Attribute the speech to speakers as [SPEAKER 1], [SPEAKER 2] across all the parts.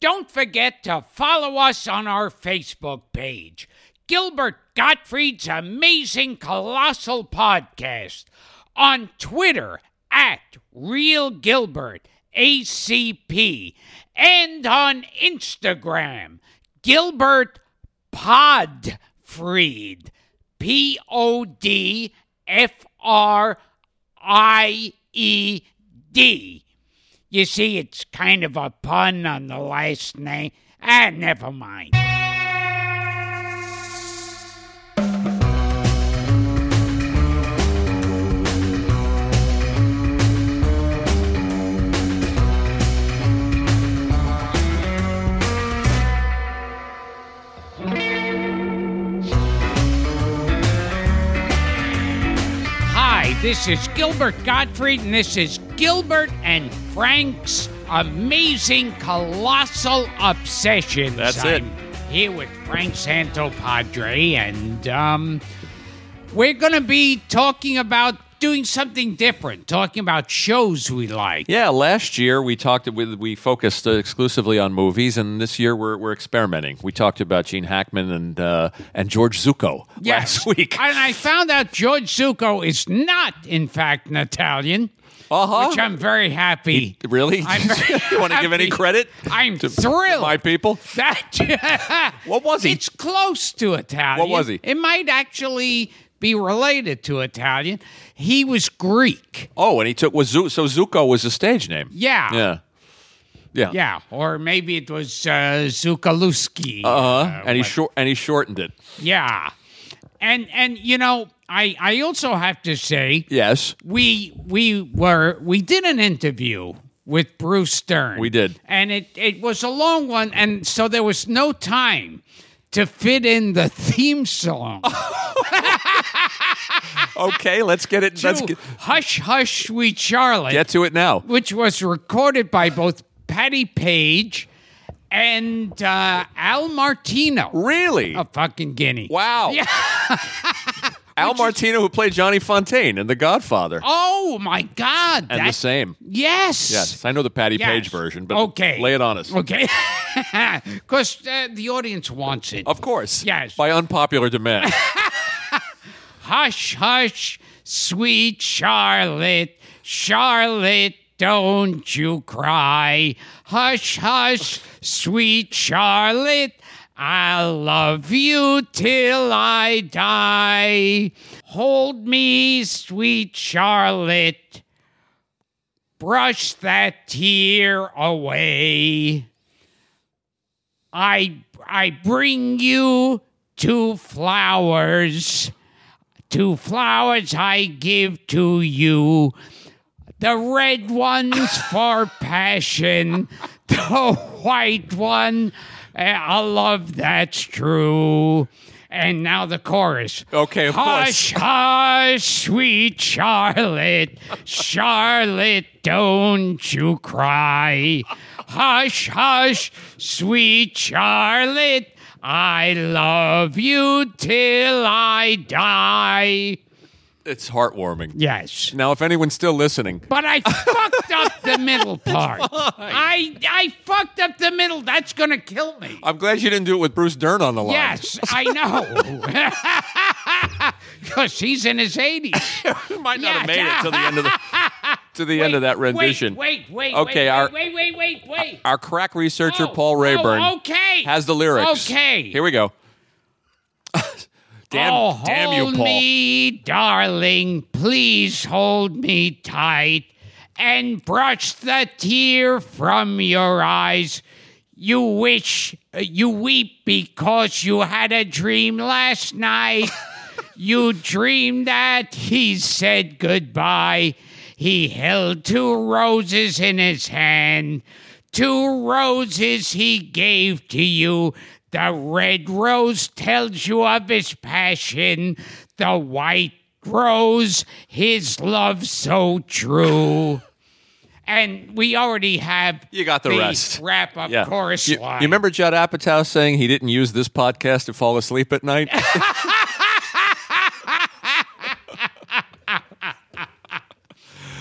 [SPEAKER 1] don't forget to follow us on our Facebook page, Gilbert Gottfried's Amazing Colossal Podcast, on Twitter at Real Gilbert ACP, and on Instagram, Gilbert Podfried, P O D F R I E D. You see, it's kind of a pun on the last name. Ah, never mind. Hi, this is Gilbert Gottfried, and this is Gilbert and Frank's amazing colossal obsession.
[SPEAKER 2] That's it.
[SPEAKER 1] I'm Here with Frank Santopadre, and um, we're going to be talking about doing something different, talking about shows we like.
[SPEAKER 2] Yeah, last year we talked we, we focused uh, exclusively on movies, and this year we're we're experimenting. We talked about Gene Hackman and uh, and George Zuko
[SPEAKER 1] Yes.
[SPEAKER 2] last week.
[SPEAKER 1] And I found out George Zucco is not, in fact, an Italian,
[SPEAKER 2] Uh huh.
[SPEAKER 1] which I'm very happy.
[SPEAKER 2] Really?
[SPEAKER 1] I'm very
[SPEAKER 2] you want to give any
[SPEAKER 1] happy.
[SPEAKER 2] credit?
[SPEAKER 1] I'm
[SPEAKER 2] to, to
[SPEAKER 1] thrilled.
[SPEAKER 2] my people.
[SPEAKER 1] That
[SPEAKER 2] What was he?
[SPEAKER 1] It's close to Italian.
[SPEAKER 2] What was he?
[SPEAKER 1] It might actually be related to Italian. He was Greek.
[SPEAKER 2] Oh, and he took was Zu- so Zuko was a stage name.
[SPEAKER 1] Yeah.
[SPEAKER 2] Yeah. Yeah.
[SPEAKER 1] Yeah, or maybe it was uh, Zukaluski.
[SPEAKER 2] Uh-huh. and he
[SPEAKER 1] what-
[SPEAKER 2] short and he shortened it.
[SPEAKER 1] yeah, and and you know, I I also have to say
[SPEAKER 2] Yes.
[SPEAKER 1] we we were we did an interview with Bruce Stern.
[SPEAKER 2] We did.
[SPEAKER 1] and it it was a long one, and so there was no time to fit in the theme song.
[SPEAKER 2] Okay, let's get it. Let's
[SPEAKER 1] to
[SPEAKER 2] get,
[SPEAKER 1] Hush Hush Sweet Charlotte,
[SPEAKER 2] get to it now.
[SPEAKER 1] which was recorded by both Patty Page and uh, Al Martino
[SPEAKER 2] Really?
[SPEAKER 1] a fucking guinea.
[SPEAKER 2] wow.
[SPEAKER 1] Oh. Yeah.
[SPEAKER 2] Al Martino, who played Johnny Fontaine in The Godfather,
[SPEAKER 1] Oh my God.
[SPEAKER 2] and the
[SPEAKER 1] that-
[SPEAKER 2] same.
[SPEAKER 1] Yes.
[SPEAKER 2] Yes, I know the Patty
[SPEAKER 1] Yes.
[SPEAKER 2] Page version, but
[SPEAKER 1] okay.
[SPEAKER 2] lay it on us.
[SPEAKER 1] Okay. Because uh, the audience wants it.
[SPEAKER 2] Of course.
[SPEAKER 1] Yes.
[SPEAKER 2] By unpopular demand.
[SPEAKER 1] Hush, hush, sweet Charlotte, Charlotte, don't you cry. Hush, hush, sweet Charlotte, I'll love you till I die. Hold me, sweet Charlotte, brush that tear away. I I bring you two flowers. Two flowers I give to you. The red ones for passion, the white one, eh, a love that's true. And now the chorus.
[SPEAKER 2] Okay, of
[SPEAKER 1] Hush, hush, sweet Charlotte, Charlotte, don't you cry. Hush, hush, sweet Charlotte, I love you till I die.
[SPEAKER 2] it's heartwarming.
[SPEAKER 1] Yes.
[SPEAKER 2] Now, if anyone's still listening,
[SPEAKER 1] But I fucked up the middle part. I I fucked up the middle. That's gonna kill me.
[SPEAKER 2] I'm glad you didn't do it with Bruce Dern on the line.
[SPEAKER 1] Yes, I know. Because he's in his 80s.
[SPEAKER 2] You might not have
[SPEAKER 1] Yes.
[SPEAKER 2] made it to the end of the to the end of that rendition.
[SPEAKER 1] Wait, wait, wait.
[SPEAKER 2] Okay,
[SPEAKER 1] wait,
[SPEAKER 2] our-
[SPEAKER 1] wait, wait, wait, wait.
[SPEAKER 2] Our crack researcher
[SPEAKER 1] Oh,
[SPEAKER 2] Paul Rayburn
[SPEAKER 1] oh, okay.
[SPEAKER 2] has the lyrics.
[SPEAKER 1] Okay.
[SPEAKER 2] Here we go. damn,
[SPEAKER 1] oh,
[SPEAKER 2] damn you,
[SPEAKER 1] hold
[SPEAKER 2] Paul.
[SPEAKER 1] me, darling. Please hold me tight and brush the tear from your eyes. You wish uh, you weep because you had a dream last night. you dreamed that he said goodbye. He held two roses in his hand. Two roses he gave to you. The red rose tells you of his passion. The white rose, his love so true. and we already have
[SPEAKER 2] You got the rest.
[SPEAKER 1] wrap up
[SPEAKER 2] Yeah.
[SPEAKER 1] chorus
[SPEAKER 2] you,
[SPEAKER 1] line.
[SPEAKER 2] you remember Judd Apatow saying he didn't use this podcast to fall asleep at night?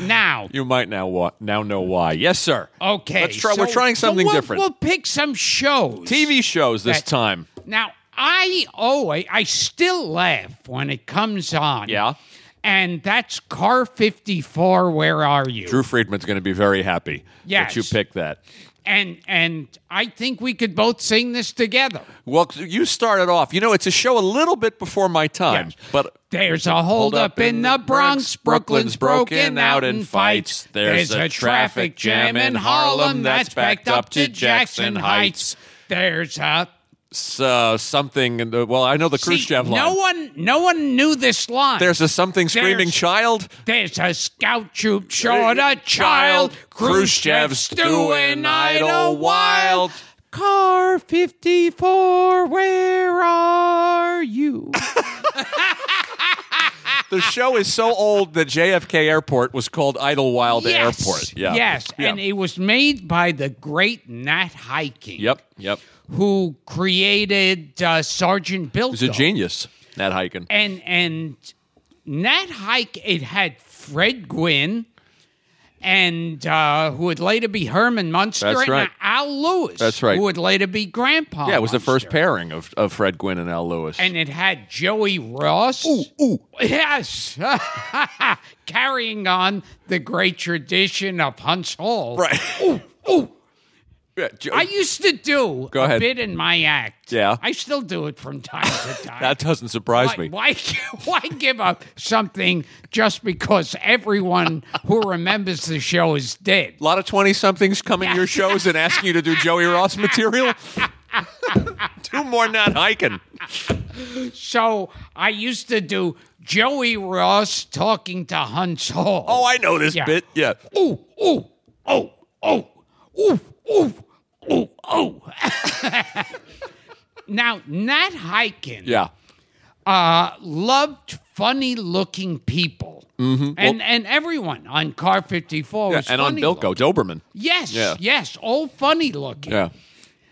[SPEAKER 1] now.
[SPEAKER 2] You might now wa- now know why. Yes, sir.
[SPEAKER 1] Okay.
[SPEAKER 2] Let's try- we're trying something
[SPEAKER 1] so we'll-
[SPEAKER 2] different.
[SPEAKER 1] We'll pick some shows.
[SPEAKER 2] TV shows this
[SPEAKER 1] That-
[SPEAKER 2] time.
[SPEAKER 1] Now, I always, I still laugh when it comes on.
[SPEAKER 2] Yeah.
[SPEAKER 1] And that's Car 54, Where Are You?
[SPEAKER 2] Drew Friedman's going to be very happy that
[SPEAKER 1] Yes.
[SPEAKER 2] you picked that.
[SPEAKER 1] And and I think we could both sing this together.
[SPEAKER 2] Well, you started off. You know, it's a show a little bit before my time,
[SPEAKER 1] Yes.
[SPEAKER 2] but
[SPEAKER 1] There's a holdup
[SPEAKER 2] up
[SPEAKER 1] in the Bronx. Brooklyn's broken out in fights.
[SPEAKER 2] There's a traffic jam in Harlem that's backed up to Jackson Heights.
[SPEAKER 1] There's a
[SPEAKER 2] uh, something. In the, well, I know the
[SPEAKER 1] See,
[SPEAKER 2] Khrushchev line.
[SPEAKER 1] No one, no one knew this line.
[SPEAKER 2] There's a something screaming
[SPEAKER 1] There's-
[SPEAKER 2] child.
[SPEAKER 1] There's a scout troop short a
[SPEAKER 2] Uh,
[SPEAKER 1] child. Khrushchev's doing idle wild. Car 54, where are you?
[SPEAKER 2] The show is so old that JFK Airport was called Idlewild
[SPEAKER 1] yes.
[SPEAKER 2] Airport. Yeah.
[SPEAKER 1] Yes.
[SPEAKER 2] Yeah.
[SPEAKER 1] And it was made by the great Nat Hiking.
[SPEAKER 2] yep. Yep.
[SPEAKER 1] Who created uh, Sergeant Bilko.
[SPEAKER 2] He's a genius, Nat Hiken.
[SPEAKER 1] and and Nat Hike it had Fred Gwynn and uh, who would later be Herman Munster
[SPEAKER 2] That's
[SPEAKER 1] and uh,
[SPEAKER 2] right.
[SPEAKER 1] Al Lewis.
[SPEAKER 2] That's right.
[SPEAKER 1] Who would later be Grandpa.
[SPEAKER 2] Yeah, it was the first
[SPEAKER 1] Munster.
[SPEAKER 2] pairing of, of Fred Gwynn and Al Lewis.
[SPEAKER 1] And it had Joey Ross. Ooh, ooh. Yes. Carrying on the great tradition of Hunts Hall.
[SPEAKER 2] right.
[SPEAKER 1] Ooh.
[SPEAKER 2] Yeah, Jo-
[SPEAKER 1] I used to do
[SPEAKER 2] Go ahead.
[SPEAKER 1] a bit in my act.
[SPEAKER 2] Yeah.
[SPEAKER 1] I still do it from time to time.
[SPEAKER 2] that doesn't surprise me.
[SPEAKER 1] why, why, why give up something just because everyone who remembers the show is dead?
[SPEAKER 2] A lot of 20 somethings come in your shows and ask you to do Joey Ross material. Two more not hiking.
[SPEAKER 1] So I used to do Joey Ross talking to Hunts Hall.
[SPEAKER 2] Oh, I know this
[SPEAKER 1] Yeah.
[SPEAKER 2] bit. Yeah.
[SPEAKER 1] ooh, ooh, oh, oh, oof, oof, ooh, oh. now, Nat Hiken
[SPEAKER 2] Yeah.
[SPEAKER 1] uh, loved funny looking people. And, and everyone on Car 54 was
[SPEAKER 2] Mm-hmm. and on
[SPEAKER 1] funny
[SPEAKER 2] Bilko,
[SPEAKER 1] looking.
[SPEAKER 2] Doberman.
[SPEAKER 1] Yes,
[SPEAKER 2] Yeah.
[SPEAKER 1] yes, all funny looking.
[SPEAKER 2] Yeah.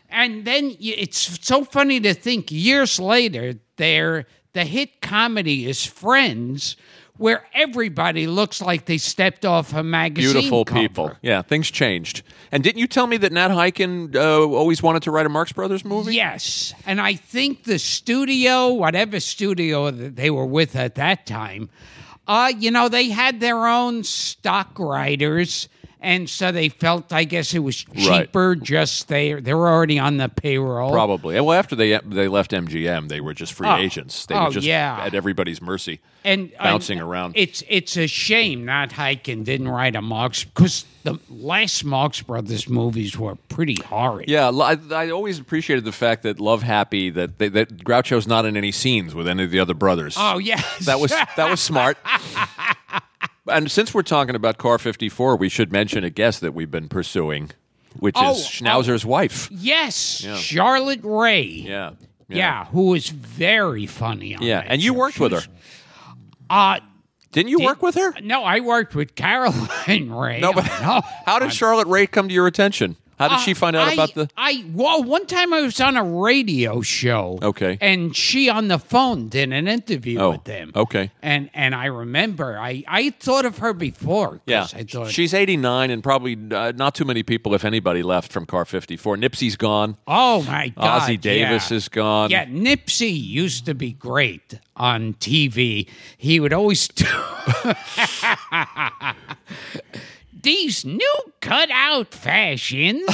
[SPEAKER 1] And then y- it's so funny to think years later, there the hit comedy is Friends, where everybody looks like they stepped off a magazine.
[SPEAKER 2] Beautiful
[SPEAKER 1] cover.
[SPEAKER 2] people. Yeah, things changed. And didn't you tell me that Nat Hiken uh, always wanted to write a Marx Brothers movie?
[SPEAKER 1] Yes, and I think the studio, whatever studio that they were with at that time, uh, you know, they had their own stock writers, and so they felt, I guess, it was
[SPEAKER 2] Right.
[SPEAKER 1] cheaper. Just they they were already on the payroll.
[SPEAKER 2] Probably. Well, after they they left MGM, they were just free agents. They
[SPEAKER 1] Oh,
[SPEAKER 2] were just
[SPEAKER 1] yeah.
[SPEAKER 2] at everybody's mercy.
[SPEAKER 1] and
[SPEAKER 2] bouncing
[SPEAKER 1] and
[SPEAKER 2] around.
[SPEAKER 1] It's it's a shame not Hiken didn't write a Marx because the last Marx Brothers movies were pretty horrid.
[SPEAKER 2] Yeah, lo- I, I always appreciated the fact that Love Happy that they, that Groucho's not in any scenes with any of the other brothers.
[SPEAKER 1] Oh yes,
[SPEAKER 2] That was that was smart. and since we're talking about Car 54, we should mention a guest that we've been pursuing, which
[SPEAKER 1] Oh,
[SPEAKER 2] is Schnauzer's wife.
[SPEAKER 1] yes. Charlotte Ray. Yeah.
[SPEAKER 2] Yeah.
[SPEAKER 1] who was very funny on
[SPEAKER 2] Yeah,
[SPEAKER 1] that
[SPEAKER 2] and you
[SPEAKER 1] show.
[SPEAKER 2] worked with her.
[SPEAKER 1] Uh,
[SPEAKER 2] Didn't you work with her?
[SPEAKER 1] no, I worked with Caroline Ray.
[SPEAKER 2] No, but
[SPEAKER 1] No.
[SPEAKER 2] how did Charlotte Ray come to your attention? How did she find out
[SPEAKER 1] Uh, I-
[SPEAKER 2] about the
[SPEAKER 1] I well, one time I was on a radio show.
[SPEAKER 2] Okay.
[SPEAKER 1] And she on the phone did an interview
[SPEAKER 2] Oh,
[SPEAKER 1] with them.
[SPEAKER 2] okay.
[SPEAKER 1] And and I remember I I thought of her before. 'cause I thought
[SPEAKER 2] she's 89 and probably uh, not too many people, if anybody, left from Car 54. Nipsey's gone.
[SPEAKER 1] Oh my God!
[SPEAKER 2] Ozzie Davis
[SPEAKER 1] yeah.
[SPEAKER 2] is gone.
[SPEAKER 1] Yeah, Nipsey used to be great on TV. He would always do these new cutout fashions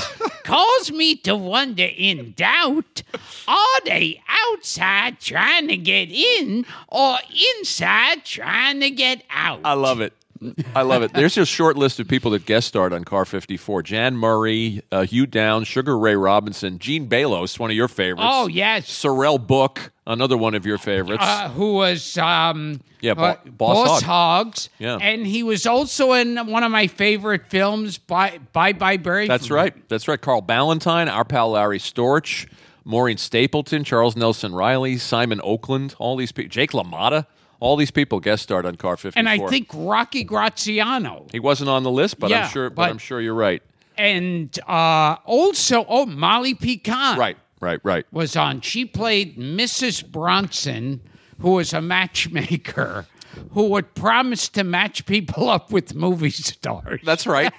[SPEAKER 1] cause me to wonder in doubt are they outside trying to get in or inside trying to get out?
[SPEAKER 2] I love it. I love it. There's a short list of people that guest starred on Car 54: Jan Murray, uh, Hugh Downs, Sugar Ray Robinson, Gene Balos, one of your favorites.
[SPEAKER 1] oh yes.
[SPEAKER 2] Sorrel Book, another one of your favorites.
[SPEAKER 1] uh, who was um,
[SPEAKER 2] Yeah, Bo-
[SPEAKER 1] uh,
[SPEAKER 2] Boss Hogg.
[SPEAKER 1] Hogs.
[SPEAKER 2] Yeah.
[SPEAKER 1] and he was also in one of my favorite films, Bye Bye Bye Barry.
[SPEAKER 2] That's right. That's right. Carl Ballantyne, our pal Larry Storch, Maureen Stapleton, Charles Nelson Riley, Simon Oakland, all these people. Jake LaMotta, all these people guest starred on Car 54.
[SPEAKER 1] And I think Rocky Graziano,
[SPEAKER 2] he wasn't on the list, but
[SPEAKER 1] Yeah,
[SPEAKER 2] I'm sure. But,
[SPEAKER 1] but-
[SPEAKER 2] I'm sure you're right.
[SPEAKER 1] and uh, also oh Molly Pecan,
[SPEAKER 2] Right. Right. Right.
[SPEAKER 1] was on. She played Mrs. Bronson, who was a matchmaker. who would promise to match people up with movie stars.
[SPEAKER 2] That's right.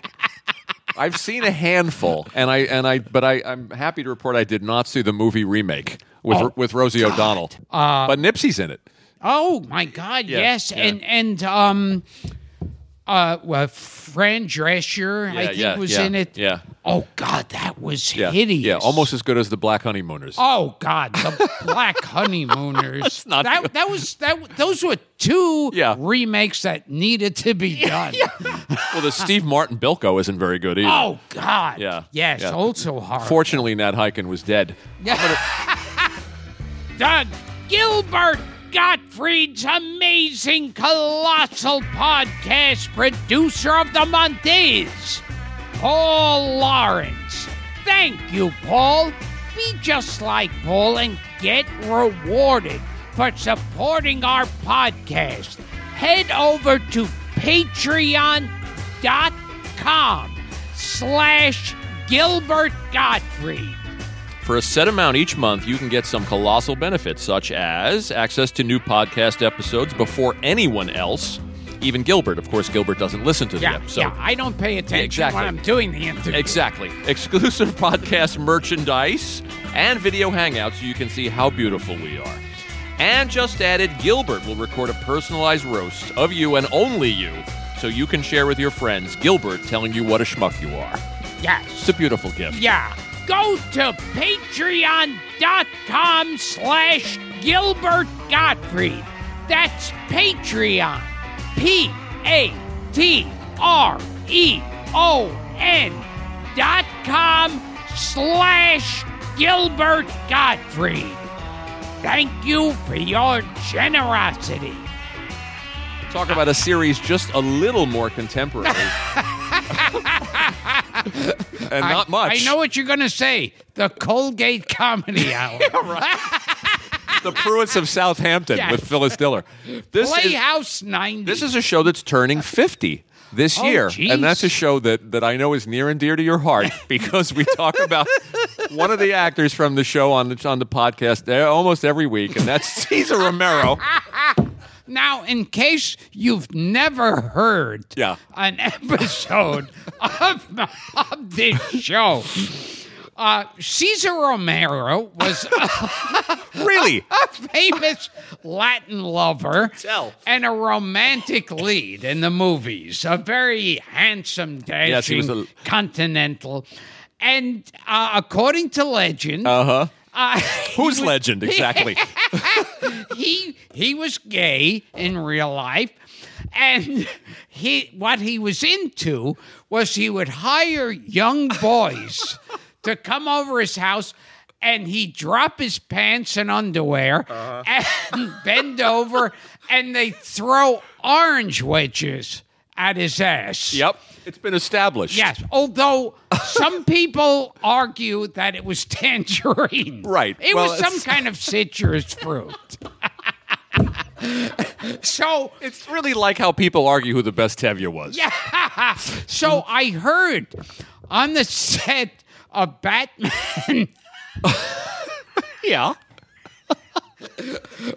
[SPEAKER 2] I've seen a handful, and I and I, but I, I'm happy to report I did not see the movie remake with
[SPEAKER 1] Oh, Uh,
[SPEAKER 2] with Rosie O'Donnell. but Nipsey's in it.
[SPEAKER 1] Oh my God! yes,
[SPEAKER 2] yeah.
[SPEAKER 1] and and um, uh, well, Fran Drescher, I
[SPEAKER 2] Yeah,
[SPEAKER 1] think,
[SPEAKER 2] yeah,
[SPEAKER 1] was
[SPEAKER 2] yeah,
[SPEAKER 1] in it.
[SPEAKER 2] yeah.
[SPEAKER 1] Oh God, that was
[SPEAKER 2] Yeah,
[SPEAKER 1] hideous.
[SPEAKER 2] yeah, almost as good as the Black Honeymooners.
[SPEAKER 1] Oh God, the Black Honeymooners.
[SPEAKER 2] not
[SPEAKER 1] that.
[SPEAKER 2] good.
[SPEAKER 1] That was that. Those were two
[SPEAKER 2] Yeah.
[SPEAKER 1] remakes that needed to be done.
[SPEAKER 2] Well, the Steve Martin Bilko isn't very good either.
[SPEAKER 1] Oh God.
[SPEAKER 2] Yeah,
[SPEAKER 1] Yes. oh,
[SPEAKER 2] yeah.
[SPEAKER 1] Also hard.
[SPEAKER 2] Fortunately, Nat Hiken was dead.
[SPEAKER 1] Doug Gilbert Gottfried's amazing colossal podcast producer of the month is Paul Lawrence. Thank you, Paul. Be just like Paul and get rewarded for supporting our podcast. Head over to patreon.com slash Gilbert Gottfried.
[SPEAKER 2] For a set amount each month, you can get some colossal benefits, such as access to new podcast episodes before anyone else, even Gilbert. Of course, Gilbert doesn't listen to the
[SPEAKER 1] Yeah,
[SPEAKER 2] episode.
[SPEAKER 1] yeah, I don't pay attention
[SPEAKER 2] exactly.
[SPEAKER 1] when I'm doing the interview.
[SPEAKER 2] Exactly. Exclusive podcast merchandise and video hangouts so you can see how beautiful we are. And just added, Gilbert will record a personalized roast of you and only you so you can share with your friends Gilbert telling you what a schmuck you are.
[SPEAKER 1] Yes.
[SPEAKER 2] It's a beautiful gift.
[SPEAKER 1] Yeah. Go to patreon.com slash Gilbert Gottfried. That's Patreon. P A T R E O N dot com slash Gilbert Gottfried. Thank you for your generosity.
[SPEAKER 2] Talk about a series just a little more contemporary. and not much.
[SPEAKER 1] I know what you're going to say. The Colgate Comedy Hour.
[SPEAKER 2] the Pruitts of Southampton
[SPEAKER 1] Yeah.
[SPEAKER 2] with Phyllis Diller. This is
[SPEAKER 1] Playhouse 90.
[SPEAKER 2] This is a show that's turning 50 this
[SPEAKER 1] Oh,
[SPEAKER 2] year.
[SPEAKER 1] geez.
[SPEAKER 2] And that's a show that, that I know is near and dear to your heart because we talk about one of the actors from the show on the, on the podcast there almost every week, and that's Cesar Romero.
[SPEAKER 1] Now, in case you've never heard
[SPEAKER 2] Yeah.
[SPEAKER 1] an episode of, of this show, uh, Cesar Romero was
[SPEAKER 2] Really?
[SPEAKER 1] a famous Latin lover
[SPEAKER 2] Tell.
[SPEAKER 1] and a romantic lead in the movies. A very handsome, dashing,
[SPEAKER 2] Yes, he was a-
[SPEAKER 1] continental. And uh, according to legend,
[SPEAKER 2] Uh huh.
[SPEAKER 1] uh,
[SPEAKER 2] Who's legend exactly?
[SPEAKER 1] he he was gay in real life and he what he was into was he would hire young boys to come over his house and he'd drop his pants and underwear and bend over and they throw orange wedges at his ass.
[SPEAKER 2] Yep. It's been established.
[SPEAKER 1] Yes, although some people argue that it was tangerine.
[SPEAKER 2] Right.
[SPEAKER 1] It
[SPEAKER 2] Well,
[SPEAKER 1] was some
[SPEAKER 2] it's-
[SPEAKER 1] kind of citrus fruit. so,
[SPEAKER 2] It's really like how people argue who the best Tevye was. Yeah.
[SPEAKER 1] so I heard on the set of Batman
[SPEAKER 2] Yeah.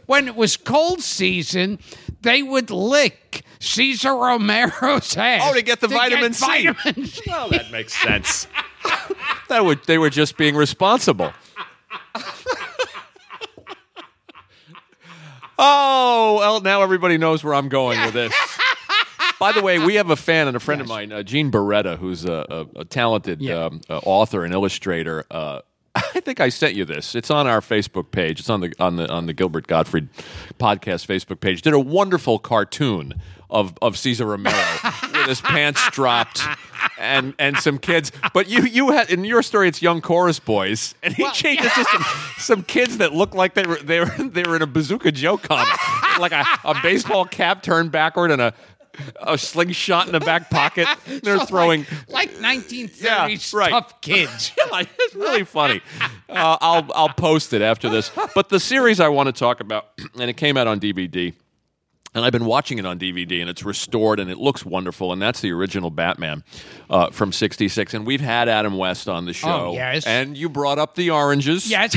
[SPEAKER 1] when it was cold season, they would lick Cesar Romero's ass.
[SPEAKER 2] Oh, to get the vitamin C.
[SPEAKER 1] vitamin C.
[SPEAKER 2] Well, that makes sense. that would they were just being responsible. oh, well, now everybody knows where I'm going with this. By the way, we have a fan and a friend of mine, uh, Gene Beretta, who's a, a, a talented
[SPEAKER 1] Yeah.
[SPEAKER 2] um, uh, author and illustrator. Uh, I think I sent you this. It's on our Facebook page. It's on the on the on the Gilbert Gottfried podcast Facebook page. Did a wonderful cartoon of of Cesar Romero with his pants dropped and and some kids. But you you had in your story, it's young chorus boys, and he changes to some some kids that look like they were they were they were in a Bazooka Joe comic, like a, a baseball cap turned backward and a. A slingshot in the back pocket. They're
[SPEAKER 1] So,
[SPEAKER 2] throwing
[SPEAKER 1] like, like 1930s
[SPEAKER 2] Yeah, right.
[SPEAKER 1] tough kids.
[SPEAKER 2] like, it's really funny. Uh, I'll I'll post it after this. But the series I want to talk about, and it came out on DVD, and I've been watching it on DVD, and it's restored and it looks wonderful. And that's the original Batman uh, from '66. And we've had Adam West on the show.
[SPEAKER 1] Oh, yes.
[SPEAKER 2] And you brought up the oranges.
[SPEAKER 1] Yes.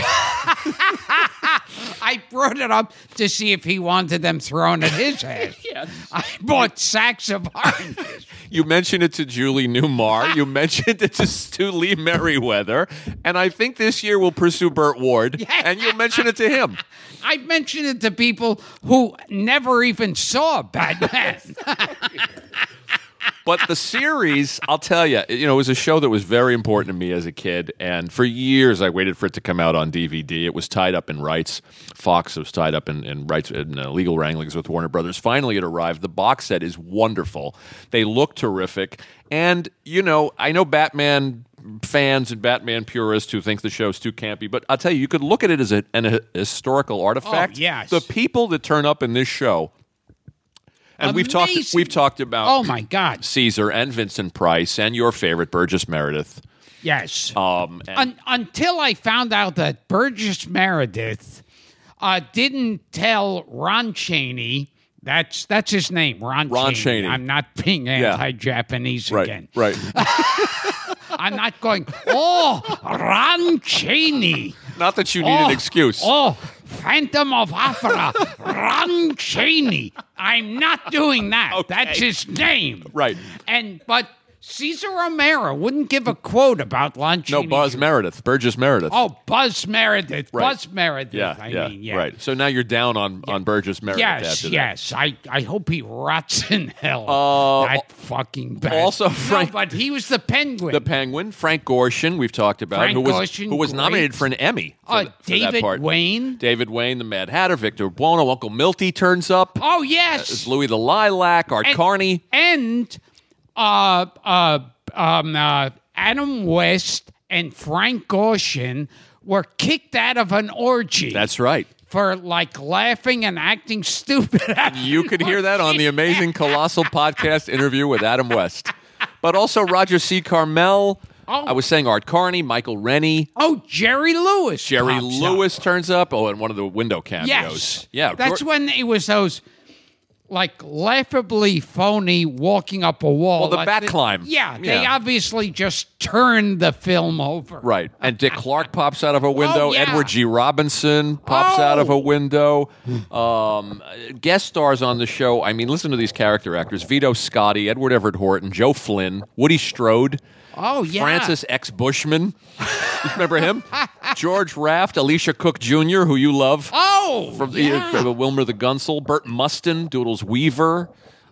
[SPEAKER 1] I brought it up to see if he wanted them thrown at his ass.
[SPEAKER 3] yes.
[SPEAKER 1] I bought sacks of oranges.
[SPEAKER 2] You mentioned it to Julie
[SPEAKER 1] Ah.
[SPEAKER 2] Newmar. You mentioned it to Stu Lee Merriweather. And I think this year we'll pursue Burt Ward. And you'll mention it to him.
[SPEAKER 1] I mentioned it to people who never even saw Batman.
[SPEAKER 2] But the series, I'll tell you, you know, it was a show that was very important to me as a kid. And for years, I waited for it to come out on DVD. It was tied up in rights. Fox was tied up in, in rights in uh, legal wranglings with Warner Brothers. Finally, it arrived. The box set is wonderful. They look terrific. And, you know, I know Batman fans and Batman purists who think the show's too campy, but I'll tell you, you could look at it as a, an a historical artifact.
[SPEAKER 1] Oh, yes.
[SPEAKER 2] The people that turn up in this show. And we've talked
[SPEAKER 1] Amazing.
[SPEAKER 2] we've talked about
[SPEAKER 1] oh my God!
[SPEAKER 2] Caesar and Vincent Price and your favorite Burgess Meredith.
[SPEAKER 1] Yes.
[SPEAKER 2] Um, and
[SPEAKER 1] Un- until I found out that Burgess Meredith uh, didn't tell Ron Cheney. That's that's his name, Ron.
[SPEAKER 2] Ron Chaney.
[SPEAKER 1] I'm not being anti-Japanese
[SPEAKER 2] right,
[SPEAKER 1] again.
[SPEAKER 2] right.
[SPEAKER 1] I'm not going. Oh, Ron Cheney.
[SPEAKER 2] Not that you need an excuse.
[SPEAKER 1] Oh, Phantom of Opera, Ron Chaney. I'm not doing that. That's his name.
[SPEAKER 2] Right.
[SPEAKER 1] And but Cesar Romero wouldn't give a quote about Ron
[SPEAKER 2] no,
[SPEAKER 1] Chaney.
[SPEAKER 2] Oh, Buzz Meredith, Burgess Meredith.
[SPEAKER 1] Oh, Buzz Meredith.
[SPEAKER 2] Right.
[SPEAKER 1] Buzz Meredith.
[SPEAKER 2] yeah,
[SPEAKER 1] I
[SPEAKER 2] yeah,
[SPEAKER 1] mean, yeah.
[SPEAKER 2] right. So now you're down on on Burgess Meredith.
[SPEAKER 1] Yes,
[SPEAKER 2] after that.
[SPEAKER 1] yes. I, I hope he rots in hell. that fucking bastard.
[SPEAKER 2] Uh, also Frank-
[SPEAKER 1] no, but he was the penguin.
[SPEAKER 2] The Penguin, Frank Gorshin, we've talked about,
[SPEAKER 1] Frank
[SPEAKER 2] who was
[SPEAKER 1] Gorshin,
[SPEAKER 2] who was
[SPEAKER 1] great.
[SPEAKER 2] nominated for an Emmy. For,
[SPEAKER 1] Uh,
[SPEAKER 2] th- for that
[SPEAKER 1] David
[SPEAKER 2] part.
[SPEAKER 1] Wayne.
[SPEAKER 2] David Wayne, the Mad Hatter, Victor Buono, Uncle Milty turns up.
[SPEAKER 1] Oh yes.
[SPEAKER 2] Louis the Lilac, Art Carney.
[SPEAKER 1] and uh, uh, um, uh, Adam West and Frank Gorshin were kicked out of an orgy
[SPEAKER 2] That's right.
[SPEAKER 1] for like laughing and acting stupid.
[SPEAKER 2] You could hear that on the amazing Colossal podcast interview with Adam West. But also Roger C. Carmel.
[SPEAKER 1] Oh.
[SPEAKER 2] I was saying Art Carney, Michael Rennie,
[SPEAKER 1] oh, Jerry Lewis.
[SPEAKER 2] Jerry
[SPEAKER 1] pops up.
[SPEAKER 2] Lewis turns up. Oh, and one of the window cameos.
[SPEAKER 1] Yes.
[SPEAKER 2] Yeah.
[SPEAKER 1] That's
[SPEAKER 2] Gor-
[SPEAKER 1] when it was those like laughably phony walking up a wall.
[SPEAKER 2] Well, the
[SPEAKER 1] Like,
[SPEAKER 2] back
[SPEAKER 1] th-
[SPEAKER 2] climb.
[SPEAKER 1] Yeah, they
[SPEAKER 2] Yeah.
[SPEAKER 1] obviously just turned the film over.
[SPEAKER 2] Right. And Dick Clark pops out of a window.
[SPEAKER 1] Oh, yeah.
[SPEAKER 2] Edward G. Robinson pops
[SPEAKER 1] Oh.
[SPEAKER 2] out of a window. Um, guest stars on the show. I mean, listen to these character actors Vito Scotti, Edward Everett Horton, Joe Flynn, Woody Strode.
[SPEAKER 1] Oh yeah.
[SPEAKER 2] Francis X. Bushman. Remember him? George Raft, Alicia Cook Jr., who you love.
[SPEAKER 1] Oh.
[SPEAKER 2] From the,
[SPEAKER 1] yeah.
[SPEAKER 2] from the Wilmer the Gunsel, Burt Mustin, Doodles Weaver,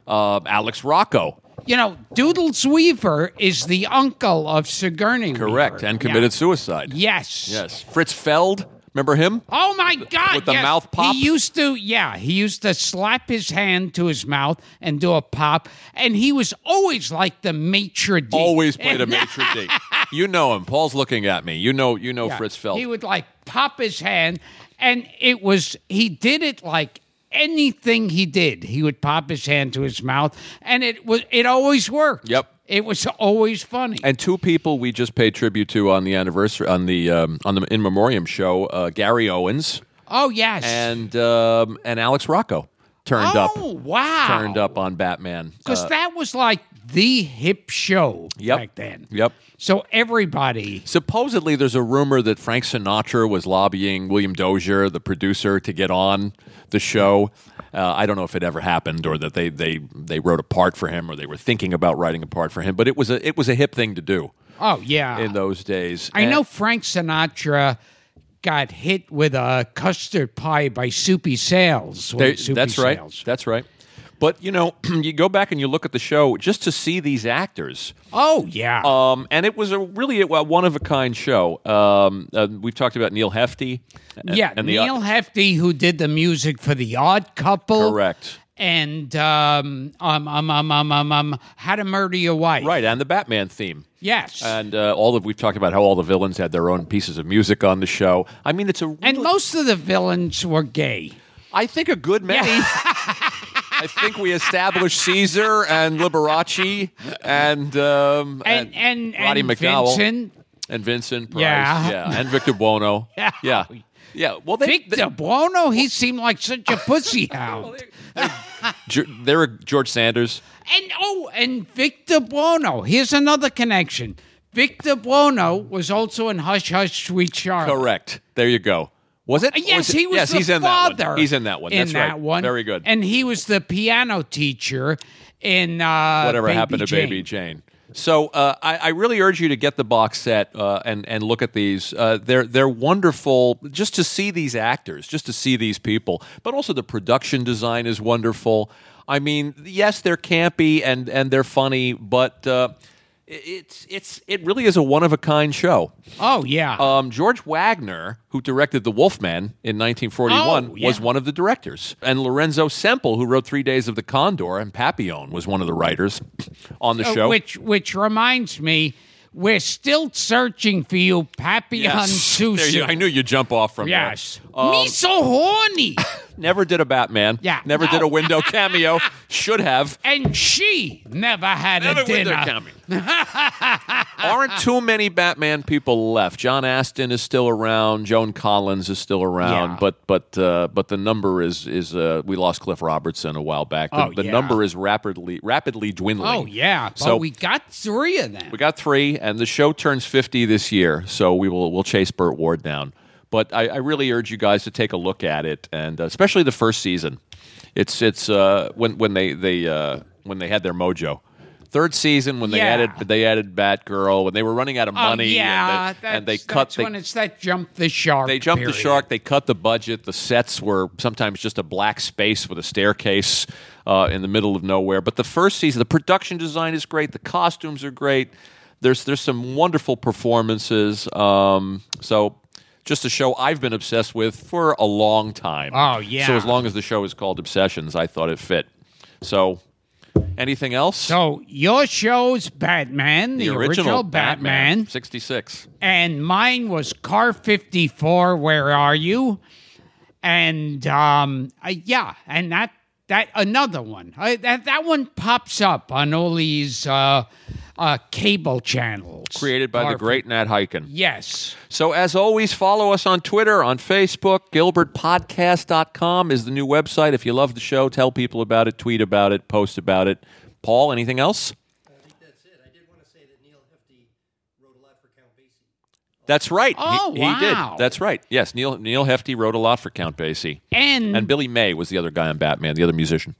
[SPEAKER 2] uh, Alex Rocco.
[SPEAKER 1] You know, Doodles Weaver is the uncle of Sigourney.
[SPEAKER 2] Correct.
[SPEAKER 1] Weaver.
[SPEAKER 2] And
[SPEAKER 1] Yeah.
[SPEAKER 2] committed suicide.
[SPEAKER 1] Yes.
[SPEAKER 2] Yes. Fritz Feld. Remember him?
[SPEAKER 1] Oh my God!
[SPEAKER 2] With the
[SPEAKER 1] yes.
[SPEAKER 2] mouth pop?
[SPEAKER 1] He used to, yeah, he used to slap his hand to his mouth and do a pop, and he was always like the maitre d.
[SPEAKER 2] Always played a maitre d. You know him. Paul's looking at me. You know you know
[SPEAKER 1] Yeah.
[SPEAKER 2] Fritz Feld.
[SPEAKER 1] He would like pop his hand, and it was he did it like anything he did. He would pop his hand to his mouth, and it was it always worked.
[SPEAKER 2] Yep.
[SPEAKER 1] It was always funny.
[SPEAKER 2] And two people we just paid tribute to on the anniversary on the um, on the in memoriam show, uh, Gary Owens
[SPEAKER 1] oh yes.
[SPEAKER 2] and um, and Alex Rocco turned up.
[SPEAKER 1] oh wow.
[SPEAKER 2] turned up on Batman.
[SPEAKER 1] because
[SPEAKER 2] Uh,
[SPEAKER 1] that was like the hip show
[SPEAKER 2] yep.
[SPEAKER 1] back then.
[SPEAKER 2] Yep.
[SPEAKER 1] So everybody.
[SPEAKER 2] Supposedly, there's a rumor that Frank Sinatra was lobbying William Dozier, the producer, to get on the show. Uh, I don't know if it ever happened, or that they, they, they wrote a part for him, or they were thinking about writing a part for him. But it was a it was a hip thing to do
[SPEAKER 1] Oh yeah.
[SPEAKER 2] in those days.
[SPEAKER 1] I know
[SPEAKER 2] And-
[SPEAKER 1] Frank Sinatra got hit with a custard pie by Soupy Sales. when
[SPEAKER 2] They-
[SPEAKER 1] Soupy
[SPEAKER 2] that's right.
[SPEAKER 1] Sales-
[SPEAKER 2] That's right. But you know, you go back and you look at the show just to see these actors.
[SPEAKER 1] Oh yeah.
[SPEAKER 2] Um, and it was a really a one of a kind show. Um, uh, we've talked about Neil Hefti. and-
[SPEAKER 1] yeah,
[SPEAKER 2] and the- uh,
[SPEAKER 1] Neil Hefti, who did the music for The Odd Couple,
[SPEAKER 2] Correct.
[SPEAKER 1] and um, um, um, um, um, um, um, How to Murder Your Wife,
[SPEAKER 2] Right, and the Batman theme.
[SPEAKER 1] Yes,
[SPEAKER 2] And uh, all of we've talked about how all the villains had their own pieces of music on the show. I mean, it's a really,
[SPEAKER 1] and most of the villains were gay.
[SPEAKER 2] I think a good many. I think we established Caesar and Liberace and um,
[SPEAKER 1] And and,
[SPEAKER 2] Roddy
[SPEAKER 1] and
[SPEAKER 2] McDowell
[SPEAKER 1] Vincent,
[SPEAKER 2] and Vincent Price,
[SPEAKER 1] Yeah.
[SPEAKER 2] and Victor Buono,
[SPEAKER 1] Yeah.
[SPEAKER 2] yeah, yeah. Well, they,
[SPEAKER 1] Victor
[SPEAKER 2] they-
[SPEAKER 1] Buono, he seemed like such a pussy hound.
[SPEAKER 2] Ge- they were George Sanders.
[SPEAKER 1] And oh, and Victor Buono. Here's another connection. Victor Buono was also in Hush Hush Sweet Charlotte.
[SPEAKER 2] Correct. There you go. Was it?
[SPEAKER 1] Yes,
[SPEAKER 2] Oh, it-
[SPEAKER 1] he was
[SPEAKER 2] Yes,
[SPEAKER 1] the
[SPEAKER 2] he's in
[SPEAKER 1] father.
[SPEAKER 2] that one. He's in that one.
[SPEAKER 1] In
[SPEAKER 2] That's
[SPEAKER 1] that
[SPEAKER 2] right.
[SPEAKER 1] one.
[SPEAKER 2] Very good.
[SPEAKER 1] And he was the piano teacher in uh,
[SPEAKER 2] whatever
[SPEAKER 1] Baby
[SPEAKER 2] happened to
[SPEAKER 1] Jane.
[SPEAKER 2] Baby Jane. So uh, I, I really urge you to get the box set uh, and and look at these. Uh, they're they're wonderful. Just to see these actors, just to see these people, but also the production design is wonderful. I mean, yes, they're campy and and they're funny, but uh, it- it's it's it really is a one of a kind show.
[SPEAKER 1] Oh yeah.
[SPEAKER 2] Um, George Wagner, who directed The Wolfman in 1941,
[SPEAKER 1] Oh, yeah.
[SPEAKER 2] was one of the directors. And Lorenzo Semple, who wrote Three Days of the Condor and Papillon, was one of the writers on the
[SPEAKER 1] Uh,
[SPEAKER 2] show.
[SPEAKER 1] Which which reminds me, we're still searching for you, Papillon
[SPEAKER 2] Yes.
[SPEAKER 1] Sousa.
[SPEAKER 2] There you- I knew you'd jump off from
[SPEAKER 1] Yes.
[SPEAKER 2] there. Um,
[SPEAKER 1] me so horny.
[SPEAKER 2] never did a Batman.
[SPEAKER 1] Yeah.
[SPEAKER 2] Never did
[SPEAKER 1] No.
[SPEAKER 2] a window cameo. Should have.
[SPEAKER 1] and she never had
[SPEAKER 2] Never
[SPEAKER 1] a dinner.
[SPEAKER 2] window cameo. Aren't too many Batman people left. John Aston is still around. Joan Collins is still around.
[SPEAKER 1] Yeah.
[SPEAKER 2] But but uh, but the number is is uh, we lost Cliff Robertson a while back. The,
[SPEAKER 1] Oh,
[SPEAKER 2] the
[SPEAKER 1] yeah.
[SPEAKER 2] number is rapidly rapidly dwindling.
[SPEAKER 1] Oh yeah. But
[SPEAKER 2] So-
[SPEAKER 1] we got three of them.
[SPEAKER 2] We got three, and the show turns fifty this year, so we will we'll chase Burt Ward down. But I, I really urge you guys to take a look at it, and uh, especially the first season. It's it's uh, when when they they uh, when they had their mojo. Third season when they
[SPEAKER 1] Yeah.
[SPEAKER 2] added they added Batgirl when they were running out of
[SPEAKER 1] Oh,
[SPEAKER 2] money
[SPEAKER 1] yeah,
[SPEAKER 2] and they,
[SPEAKER 1] that's,
[SPEAKER 2] and they cut
[SPEAKER 1] that's
[SPEAKER 2] they,
[SPEAKER 1] when it's that jump the shark.
[SPEAKER 2] they jumped
[SPEAKER 1] period.
[SPEAKER 2] the shark. They cut the budget. The sets were sometimes just a black space with a staircase uh, in the middle of nowhere. But the first season, the production design is great. The costumes are great. There's there's some wonderful performances. Um, so just a show I've been obsessed with for a long time.
[SPEAKER 1] Oh, yeah.
[SPEAKER 2] So as long as the show is called Obsessions, I thought it fit. So anything else?
[SPEAKER 1] So your show's Batman, the, Batman,
[SPEAKER 2] sixty six.
[SPEAKER 1] and mine was Car 54. Where are you? And um, uh, yeah, and that that another one. Uh, that that one pops up on all these uh, uh, cable channels
[SPEAKER 2] Created by the
[SPEAKER 1] Car-
[SPEAKER 2] great Nat Hiken.
[SPEAKER 1] Yes.
[SPEAKER 2] So, as always, follow us on Twitter, on Facebook. GilbertPodcast.com is the new website. If you love the show, tell people about it, tweet about it, post about it. Paul, anything else?
[SPEAKER 3] I think that's it. I did want to say that Neil Hefti wrote a lot for Count Basie.
[SPEAKER 2] That's right. He-
[SPEAKER 1] Oh,
[SPEAKER 2] he,
[SPEAKER 1] wow.
[SPEAKER 2] did. That's right. Yes, Neil Neil Hefti wrote a lot for Count Basie.
[SPEAKER 1] And
[SPEAKER 2] And Billy May was the other guy on Batman, the other musician.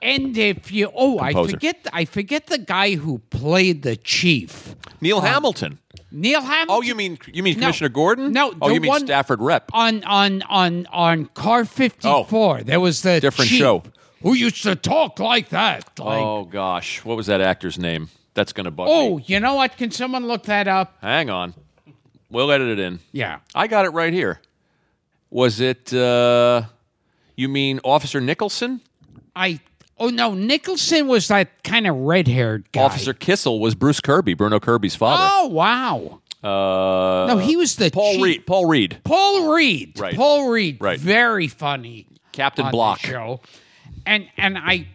[SPEAKER 1] and if you oh I
[SPEAKER 2] Composer.
[SPEAKER 1] forget I forget the guy who played the chief
[SPEAKER 2] Neil Hamilton.
[SPEAKER 1] Neil Hamilton.
[SPEAKER 2] Oh, you mean you mean
[SPEAKER 1] No.
[SPEAKER 2] Commissioner Gordon?
[SPEAKER 1] No,
[SPEAKER 2] Oh,
[SPEAKER 1] the
[SPEAKER 2] you mean
[SPEAKER 1] one-
[SPEAKER 2] Stafford Rep.
[SPEAKER 1] on on on on car 54 there was the
[SPEAKER 2] Oh, Different
[SPEAKER 1] chief
[SPEAKER 2] show.
[SPEAKER 1] who used to talk like that like oh,
[SPEAKER 2] oh gosh, what was that actor's name? That's going to bug me.
[SPEAKER 1] you know what can someone look that up
[SPEAKER 2] Hang on, we'll edit it in.
[SPEAKER 1] yeah
[SPEAKER 2] I got it right here. Was it? Uh, you mean Officer Nicholson?
[SPEAKER 1] i oh no nicholson was that kind of red-haired guy
[SPEAKER 2] Officer Kissel was Bruce Kirby, Bruno Kirby's father.
[SPEAKER 1] oh wow
[SPEAKER 2] Uh,
[SPEAKER 1] no he was the
[SPEAKER 2] Paul
[SPEAKER 1] chief.
[SPEAKER 2] Reed. Paul Reed,
[SPEAKER 1] paul reed
[SPEAKER 2] Right.
[SPEAKER 1] paul reed
[SPEAKER 2] Right.
[SPEAKER 1] very funny
[SPEAKER 2] Captain
[SPEAKER 1] on the
[SPEAKER 2] Block.
[SPEAKER 1] show and and i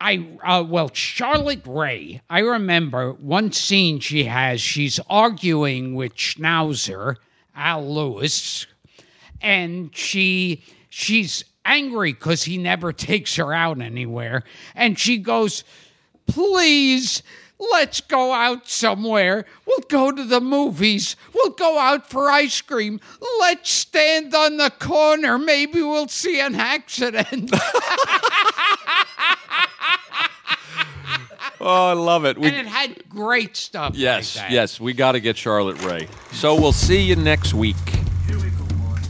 [SPEAKER 1] I uh, well, Charlotte Ray. I remember one scene she has. She's arguing with Schnauzer, Al Lewis, and she she's angry because he never takes her out anywhere. And she goes, "Please, let's go out somewhere. We'll go to the movies. We'll go out for ice cream. Let's stand on the corner. Maybe we'll see an accident."
[SPEAKER 2] Oh, I love it. We,
[SPEAKER 1] and it had great stuff. like
[SPEAKER 2] yes,
[SPEAKER 1] that.
[SPEAKER 2] yes, we got to get Charlotte Ray. So we'll see you next week.
[SPEAKER 4] Here we go, boys.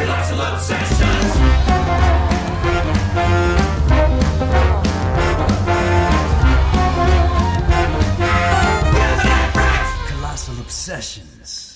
[SPEAKER 5] Sessions!
[SPEAKER 4] Colossal obsessions.